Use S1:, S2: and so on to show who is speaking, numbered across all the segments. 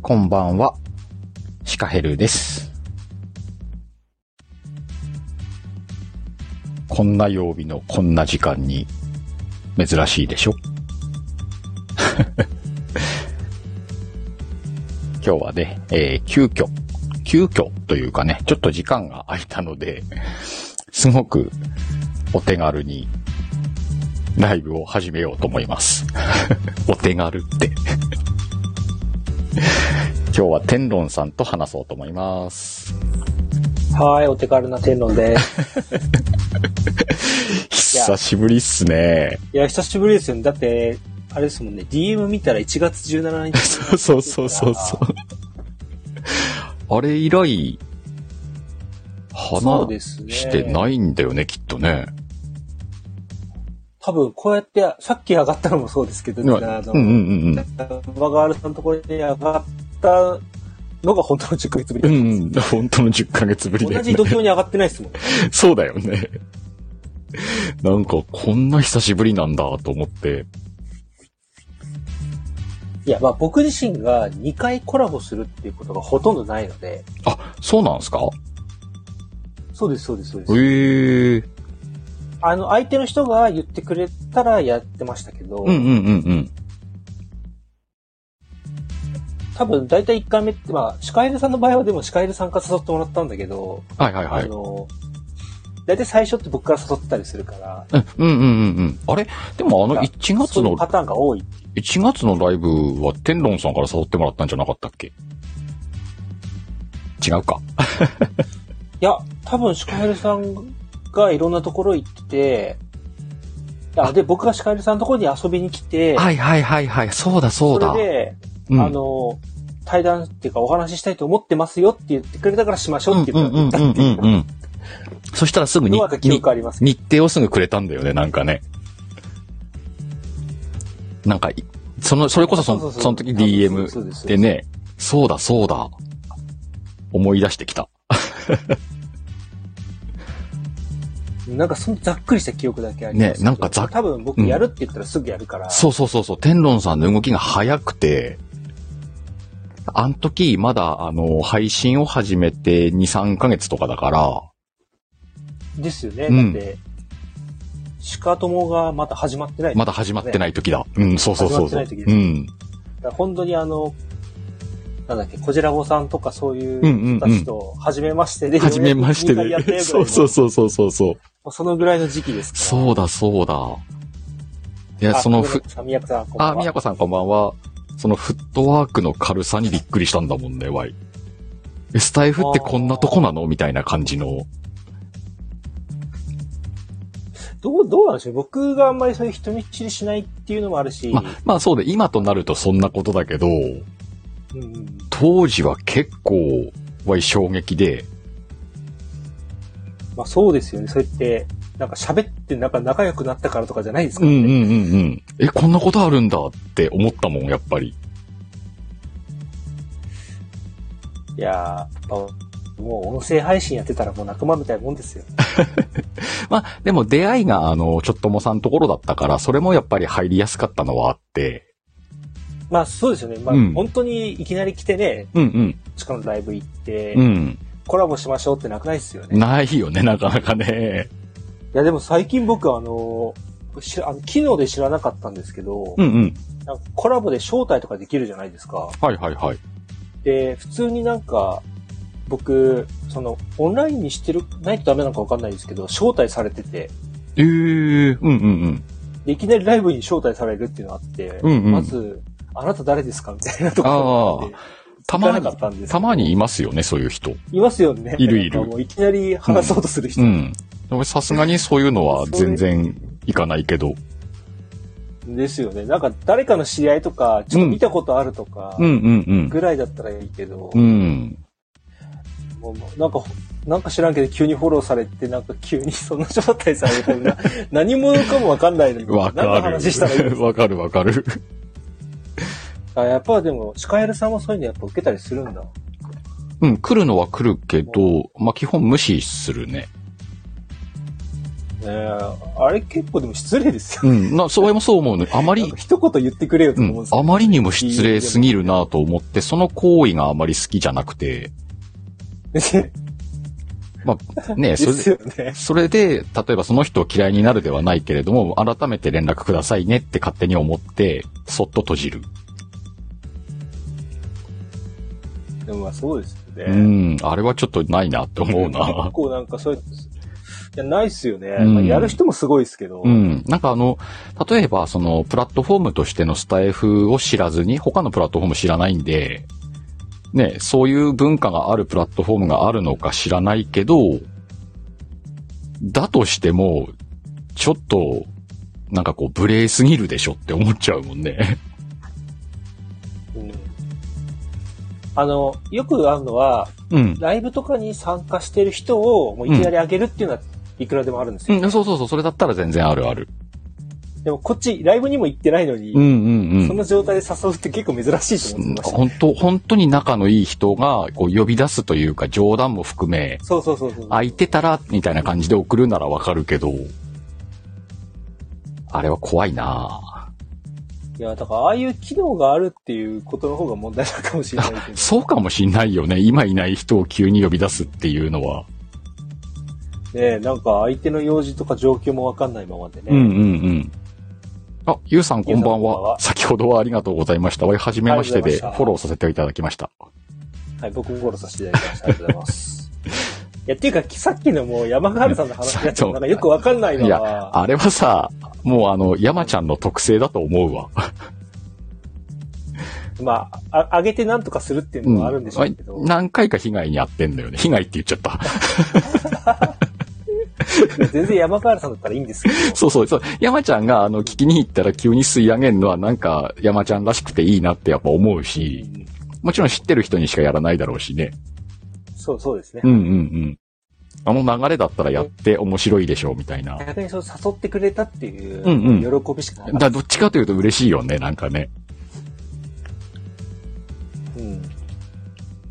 S1: こんばんは。シカヘルです。こんな曜日のこんな時間に珍しいでしょ 今日はね、えー急遽、急遽というかね、ちょっと時間が空いたので、すごくお手軽にライブを始めようと思います。 お手軽って。今日は天論さんと話そうと思います。
S2: はーい、お手軽な天論です。
S1: 久しぶりっすね。
S2: いや、久しぶりですよね。だって、あれですもんね、DM 見たら1月17日。
S1: そう そうそうそうそう。あれ以来、
S2: そう
S1: 話
S2: ですね。
S1: してないんだよね、きっとね。
S2: 多分、こうやって、さっき上がったのもそうですけど、
S1: うんうん
S2: あの、
S1: うんうん。
S2: バガールさんのところに上がったのが本当の10ヶ月ぶり
S1: う
S2: だったん
S1: ん
S2: です
S1: うん、本当の10ヶ月ぶりだ
S2: 同
S1: よね
S2: じ。土俵に上がってないですもん。
S1: そうだよね。なんか、こんな久しぶりなんだと思って。
S2: いや、まあ僕自身が2回コラボするっていうことがほとんどないので、
S1: あ、そうなんすか
S2: そうです、そうです、そうです。
S1: ええー。
S2: あの、相手の人が言ってくれたらやってましたけど、
S1: うんうんうんうん。
S2: 多分大体1回目って、まあ、シカエルさんの場合はでもシカエルさんから誘ってもらったんだけど、
S1: はいはいは
S2: あ
S1: い。
S2: の、大体最初って僕から誘ってたりするから、
S1: うんうんうんうんうん。あれでもあの1月
S2: そうい
S1: の
S2: うパターンが多い。
S1: 1月のライブは天論さんから誘ってもらったんじゃなかったっけ違うか。
S2: いや、多分シカエルさんがいろんなところ行ってて、あで、僕がシカエルさんのところに遊びに来て、
S1: いはいはいはい。そうだそ
S2: それで、
S1: うん
S2: あの、対談っていうかお話ししたいと思ってますよって言ってくれたからしましょうって言った言ったっていう
S1: うんうん。そしたらすぐに
S2: のは記憶ありますけ
S1: 日程をすぐくれたんだよね、なんかね。なんかい、その、それこそそ
S2: そう
S1: の
S2: そうそう
S1: その時
S2: そうで
S1: DM
S2: す
S1: でね、そうだそうだ、思い出してきた。
S2: ど。なんかそのざっくりした記憶だけありますけど。
S1: ねなんかざっ
S2: 多分僕やるって言ったらすぐやるから。
S1: そうそうそうそう、天論さんの動きが早くて、あの時、まだ、あの、配信を始めて2、3ヶ月とかだから、
S2: ですよね。
S1: うん
S2: だって、シカトモがまだ始まってない。
S1: まだ始まってない時だ。うん、そうそうそうそう。
S2: 始まってない時
S1: う
S2: で
S1: ん。
S2: だから本当にあの、なんだっけ、こじらぼさんとかそうい
S1: うんうんうん
S2: う人たちと、初めましてで、
S1: はじめまして
S2: ようやく二回
S1: で。
S2: やった
S1: そうそう
S2: よぐらいの
S1: そうそうそうそう。
S2: もうそのぐらいの時期ですから。
S1: そうだそうだ。いや、
S2: あ
S1: そのふ、
S2: あ、宮古さん、こんばん
S1: あ、
S2: は
S1: みやこさんこんばんは。そのフットワークの軽さにびっくりしたんだもんね、ワイ。えスタイフってこんなとこなのみたいな感じの。
S2: どう、どうなんでしょう僕があんまりそういう人見知りしないっていうのもあるし、
S1: ま、まあそうで、今となるとそんなことだけど、
S2: うんうん
S1: 当時は結構、わい衝撃で、
S2: まあそうですよね。そうやって、なんか喋ってなんか仲良くなったからとかじゃないですか
S1: う
S2: ら
S1: ん
S2: ね。
S1: うんうんうん。え、こんなことあるんだって思ったもん、やっぱり。
S2: いやーやっぱもう音声配信やってたらもう仲間みたいなもんですよ。
S1: まあ、でも出会いが、あの、ちょっともさんところだったから、それもやっぱり入りやすかったのはあって、
S2: まあそうですよね。まあ、
S1: うん
S2: 本当にいきなり来てね、
S1: うん
S2: 地下のライブ行って、
S1: うん。うん。
S2: コラボしましょうってなくないですよね。い
S1: ないよね、なかなかね。
S2: やでも最近僕はあのー、知らあの機能で知らなかったんですけど、
S1: うんうん。
S2: なんかコラボで招待とかできるじゃないですか。
S1: はいはいはい。
S2: で、普通になんか、僕、その、オンラインにしてる、ないとダメなのかわかんないですけど、招待されてて、
S1: ええうんうんうん。
S2: でいきなりライブに招待されるっていうのがあって、
S1: うんうん
S2: まず、あなた誰ですかみたいなところがあって
S1: た
S2: 聞か
S1: ま
S2: な
S1: に
S2: かっ、たんですけど
S1: たまにいますよね、そういう人。
S2: いますよね。
S1: いるいる
S2: なんかもういきなり話そうとする人。
S1: うん。でもさすがにそういうのは全然いかないけど。
S2: ですよね。なんか誰かの知り合いとか、ちょっと見たことあるとか、
S1: うんうん
S2: ぐらいだったらいいけど、
S1: うん。うん。
S2: もうなんか、なんか知らんけど急にフォローされて、なんか急に その招待されてな、何者かもわかんないのに、
S1: わか
S2: 何の
S1: る。
S2: 話したらいいの
S1: わかるわかる。
S2: あやっぱでも、シカエルさんもそういうのやっぱ受けたりするんだ。
S1: うん、来るのは来るけど、まあ、基本無視するね。
S2: ね。あれ結構でも失礼ですよ。
S1: うん。な、それもそう思うのよ。あまり、
S2: 一言言ってくれよと
S1: う
S2: 思うん
S1: ん
S2: です。けど
S1: あまりにも失礼すぎるなと思って、その行為があまり好きじゃなく て、まあ、ね、そ
S2: で
S1: れ
S2: す
S1: で、
S2: よね。
S1: それで、例えばその人を嫌いになるではないけれども、改めて連絡くださいねって勝手に思って、そっと閉じる。
S2: でもまあそうですよ
S1: う
S2: ね。
S1: ん、あれはちょっとないなって思うな
S2: 結。構なんかそういう、いや、ないっすよね。
S1: ん
S2: まあやる人もすごいですけど。
S1: うん。なんかあの、例えば、その、プラットフォームとしてのスタイフを知らずに、他のプラットフォーム知らないんで、ね、そういう文化があるプラットフォームがあるのか知らないけど、だとしても、ちょっと、なんかこう、無礼すぎるでしょって思っちゃうもんね。
S2: うんあの、よくあるのは、
S1: うん。
S2: ライブとかに参加してる人をもういきなり上げるっていうのはいくらでもあるんです
S1: う
S2: よ。
S1: ん、そうそうそう、それだったら全然あるある。
S2: でもこっち、ライブにも行ってないのに、
S1: うんうんうん。
S2: その状態で誘うって結構珍しいと思ってました。
S1: 本当、本当に仲のいい人が、こう、呼び出すというか、冗談も含め、
S2: そうそうそうそう。
S1: 空いてたら、みたいな感じで送るならわかるけど、あれは怖いない
S2: や、だからああいう機能があるっていうことの方が問題なのかもしれないけ ど。
S1: そうかもしんないよね。今いない人を急に呼び出すっていうのは。
S2: ねなんか相手の用事とか状況もわかんないままでね。
S1: うんうんうん。あ、ゆうさんこんばん
S2: ゆうさんこんばん
S1: は。
S2: は
S1: 先ほどはありがとうございました。おい、はじめまして
S2: あり
S1: で
S2: がとうございました
S1: フォローさせていただきました。
S2: はい、僕もフォローさせていただきました。ありがとうございます。いや、っていうか、さっきのもう山川さんの話になっちゃ
S1: そ
S2: う
S1: う
S2: なんかよくわかんないの
S1: いや
S2: は、
S1: あれはさ、もうあの、山ちゃんの特性だと思うわ。
S2: まあ、あ上げてなんとかするっていうのはあるんでしょうけど、
S1: うん何回か被害に遭ってんだよね。被害って言っちゃった。
S2: 全然山川さんだったらいいんですけど、
S1: そうそうそう。山ちゃんが、あの、聞きに行ったら急に吸い上げるのは、なんか、山ちゃんらしくていいなってやっぱ思うし、もちろん知ってる人にしかやらないだろうしね。
S2: そう、そうですね
S1: うん。うんうん。あの流れだったらやって面白いでしょう、みたいな。だか
S2: 逆にそう誘ってくれたってい
S1: うんう
S2: う、喜びしかなかった。
S1: らどっちかというと嬉しいよね、なんかね。
S2: うん。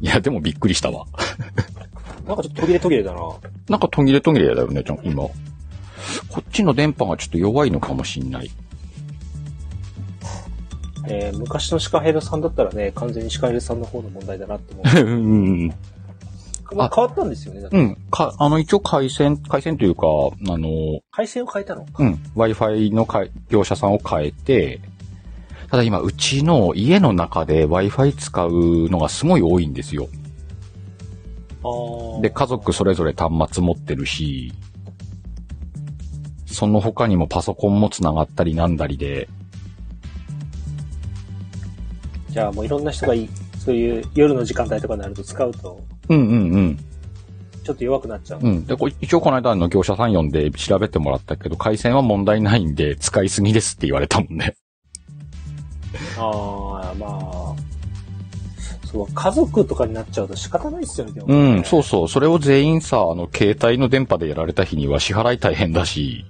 S1: いや、でもびっくりしたわ。
S2: なんかちょっと途切れ途切れだな。
S1: なんか途切れ途切れだよね、ちゃん今。こっちの電波がちょっと弱いのかもしんない。
S2: えー昔のシカヘルさんだったらね、完全にシカヘルさんの方の問題だなって思う。
S1: うんうんうん。
S2: まあ変わったんですよね。だか
S1: う
S2: ら
S1: ん。か、あの、一応回線、回線というか、あの、
S2: 回線を変えたのか。
S1: うん、Wi-Fi のか業者さんを変えて、ただ今、うちの家の中で Wi-Fi 使うのがすごい多いんですよ。
S2: あー
S1: で、家族それぞれ端末持ってるし、その他にもパソコンも繋がったりなんだりで、
S2: じゃあもういろんな人がいい、そういう夜の時間帯とかになると使うと、
S1: うんうんうん。
S2: ちょっと弱くなっちゃう。
S1: うん。で、これ一応この間あの業者さん呼んで調べてもらったけど、回線は問題ないんで使いすぎですって言われたもんね。
S2: ああ、まあ。そう、家族とかになっちゃうと仕方ないっすよね、でも
S1: う
S2: ね、
S1: ん、そうそう。それを全員さ、あの、携帯の電波でやられた日には支払い大変だし、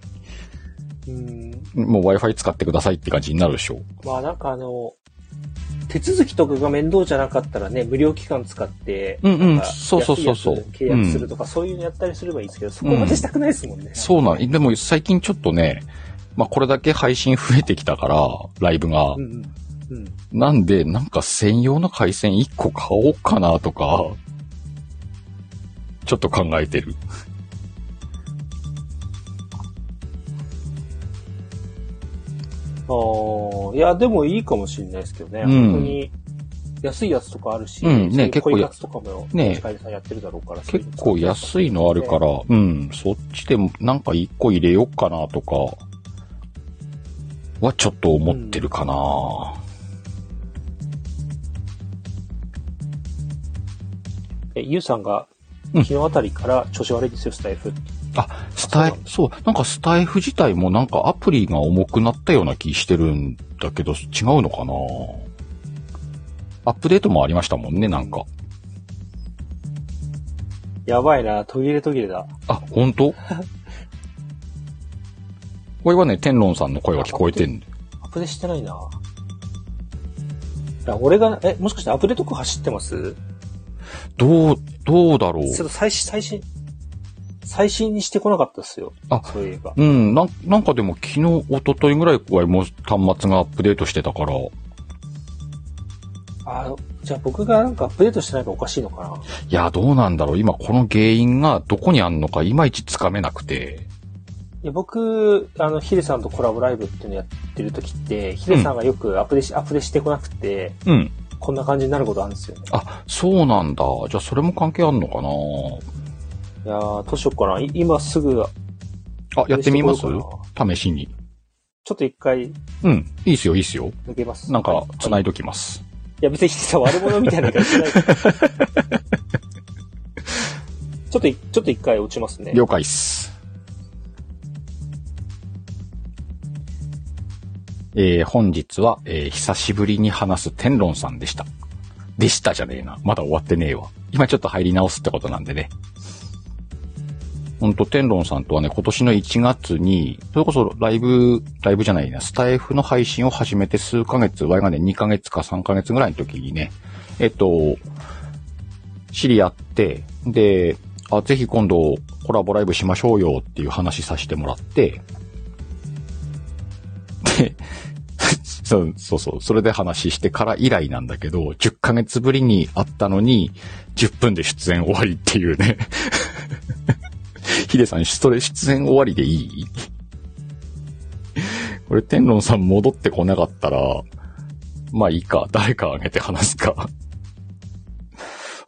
S2: うん。
S1: もう Wi-Fi 使ってくださいって感じになるでしょ。
S2: まあなんかあの、手続きとかが面倒じゃなかったらね、無料期間使って、
S1: うんうん
S2: なんか
S1: そうそうそうそう
S2: 安いやつ契約するとか、そういうのやったりすればいいですけど、そこまでしたくないですもんね。
S1: そうなん、でも最近ちょっとね、まあこれだけ配信増えてきたから、ライブが
S2: う。んうん。うん。
S1: なんで、なんか専用の回線1個買おうかなとか、ちょっと考えてる。
S2: ああ、いや、でもいいかもしれないですけどね。
S1: うん
S2: 本当に、安いやつとかあるし、
S1: うんね結
S2: 結
S1: 構
S2: 構
S1: や
S2: やつとかも、
S1: ね
S2: ね、近いさんやってるだろうから。。
S1: 結構安いのあるからら、うん、そっちでもなんか1個入れようかなとか、はちょっと思ってるかな、
S2: え、ゆうさんが、
S1: うん
S2: 昨日あたりから調子悪いですよ、スタイフって。
S1: あ、スタイ、そう、なんかスタイフ自体もなんかアプリが重くなったような気してるんだけど、違うのかなアップデートもありましたもんね、なんか。
S2: やばいな、途切れ途切れだ。
S1: あ、本 当これはね、天論さんの声が聞こえてん
S2: アップデしてないな。いや俺が、え、もしかしてアップデートか走ってます
S1: どう、どうだろう
S2: ちょっと最新、最新、最新にしてこなかったっすよ。
S1: あ
S2: そういえば。
S1: うん、なんなんかでも昨日、一昨日ぐらいはもう端末がアップデートしてたから、い
S2: あじゃあ僕がなんかアップデートしてないからおかしいのかな。
S1: や、どうなんだろう。今この原因がどこにあんのか、いまいちつかめなくて。
S2: いや僕、あの、ヒデさんとコラボライブっていうのやってる時って、ヒデさんがよくアップデし、アップデしてこなくて、
S1: うん。
S2: こんな感じになることあるんですよね。
S1: あ、そうなんだ。じゃあそれも関係あんのか
S2: いやー、どうしようかな。い今すぐ、
S1: なあ、やってみます
S2: 試してこようか
S1: 試しに。
S2: ちょっと一回
S1: うん。いいっすよ、いいっすよ。
S2: 抜けます。
S1: なんか、
S2: い
S1: 繋いどきます。
S2: や、別にさ、悪者みたいな感じじゃ ないから。ちょっとい、ちょっと一回落ちますね。
S1: 了解っす。えー、本日は、えー、久しぶりに話す天論さんでした。でしたじゃねえな。まだ終わってねえわ。今ちょっと入り直すってことなんでね。ほんと、天論さんとはね、今年の1月に、それこそライブ、ライブじゃないな、スタイフの配信を始めて数ヶ月、我がね、2ヶ月か3ヶ月ぐらいの時にね、えっと、知り合って、で、あ、ぜひ今度コラボライブしましょうよっていう話させてもらって、で、 そうそうそう、それで話してから以来なんだけど、10ヶ月ぶりに会ったのに、10分で出演終わりっていうね。 ヒデさん、それ出演終わりでいいこれ、天論さん戻ってこなかったら、まあいいか、誰かあげて話すか。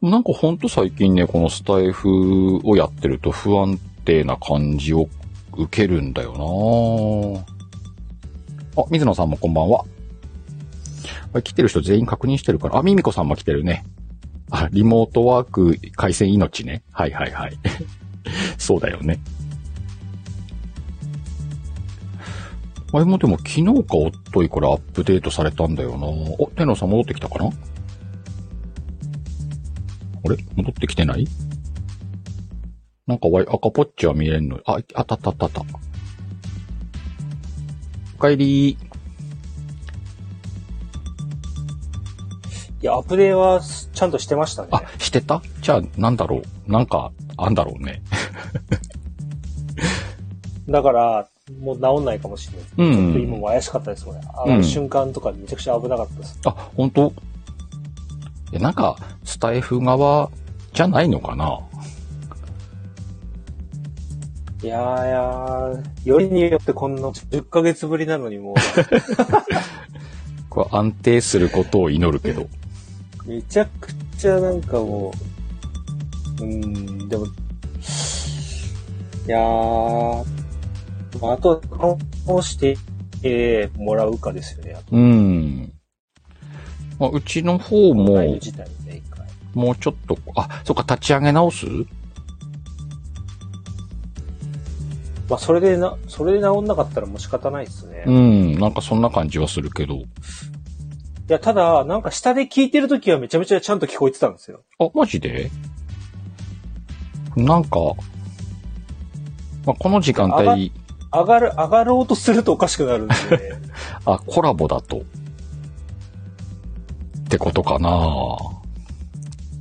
S1: なんかほんと最近ね、このスタイフをやってると不安定な感じを受けるんだよなあ、水野さんもこんばんは。あ来てる人全員確認してるから。あ、ミミコさんも来てるね。あ、リモートワーク回線命ね。はいはいはい。 そうだよね。あれもでも昨日かおっといからアップデートされたんだよなお、天野さん戻ってきたかなあれ戻ってきてないなんかわい、赤ポッチは見れんの。あ、あったあったあったあった。おかえり。
S2: いや、アップデートはちゃんとしてましたね。
S1: あ、してたじゃあ、なんだろう。なんか、あんだろうね。
S2: だから、もう治んないかもしれない。
S1: うん
S2: ちょっと今も怪しかったです、これ。あ
S1: う
S2: の
S1: ん
S2: 瞬間とかめちゃくちゃ危なかったです。
S1: あ、本当え、なんか、スタイフ側じゃないのかない
S2: やーいやー、よりによってこんな10ヶ月ぶりなのにもう、
S1: これ安定することを祈るけど。
S2: めちゃくちゃなんかもう、うーん、でも、いやー、まあ、あとは、どうして、えー、もらうかですよね。あと
S1: うん。まあ、うちの方
S2: ライブ
S1: も、
S2: 自体で一回。
S1: もうちょっと、あ、そっか、立ち上げ直す
S2: まあ、それでな、それで治んなかったらもう仕方ないですね。
S1: う
S2: い
S1: ん、なんかそんな感じはするけど。
S2: や、ただ、なんか下で聞いてるときはめちゃめちゃちゃんと聞こえてたんですよ。
S1: あ、マジでなんか、まあ、この時間帯、
S2: 上がる、上がろうとするとおかしくなる んで、
S1: あ、コラボだと。ってことかな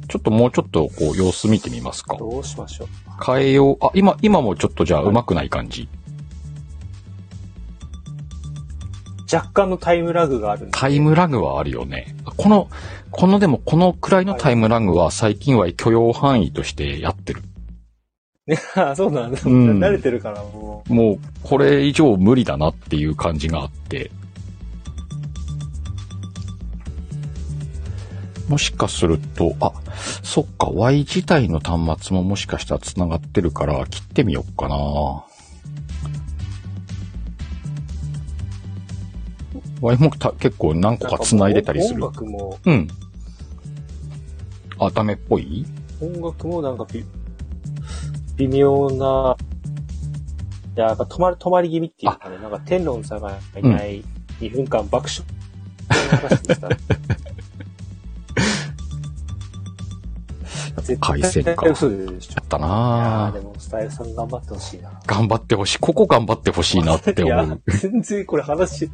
S1: ちょっともうちょっとこう様子見てみますか。
S2: どうしましょう。
S1: 変えよう。あ、今、今もちょっとじゃあ上手くない感じ。
S2: 若干のタイムラグがあるんで。
S1: タイムラグはあるよね。この、このでもこのくらいのタイムラグは最近は許容範囲としてやってる。
S2: あそうなんだ。
S1: うん
S2: 慣れてるから、も
S1: もうこれ以上無理だなっていう感じがあって。もしかすると、あ、そっか、Y 自体の端末ももしかしたら繋がってるから切ってみよっかな。Y もた結構何
S2: う。
S1: 個か繋いでたりする
S2: 音。楽も、
S1: うん。あ、ダメっぽい
S2: 音楽もなんかび微妙な、いや、なんか止まり、止まり気味っていうかね、なんか天論さんがいない2分間爆笑。話でした絶対
S1: 回線 か
S2: 嘘でしょ。
S1: だった
S2: いやー
S1: な
S2: でも、スタイルさん頑張ってほしいな。
S1: 頑張ってほしい。ここ頑張ってほしいなって
S2: い
S1: 思
S2: や
S1: う。、
S2: 全然これ話、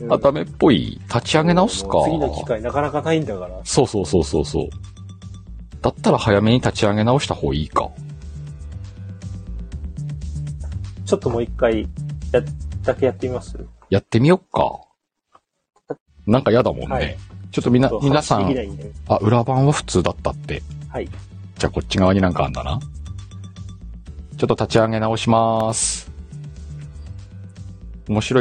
S2: うん
S1: あ、ダメっぽい。立ち上げ直すか
S2: もう。次の機会なかなかないんだから。
S1: そうそうそうそうそう。だったら早めに立ち上げ直した方がいいか。
S2: ちょっともう一回、や、だけやってみます
S1: やってみよっか。なんか嫌だもんね。
S2: はい
S1: ちょっとみな
S2: ちょっ、と
S1: 皆さ
S2: 話でき
S1: ん、
S2: ないんで。
S1: あ、裏版は普通だったって。
S2: はい。
S1: じゃあこっち側になんかあんだな。ちょっと立ち上げ直します。面白い。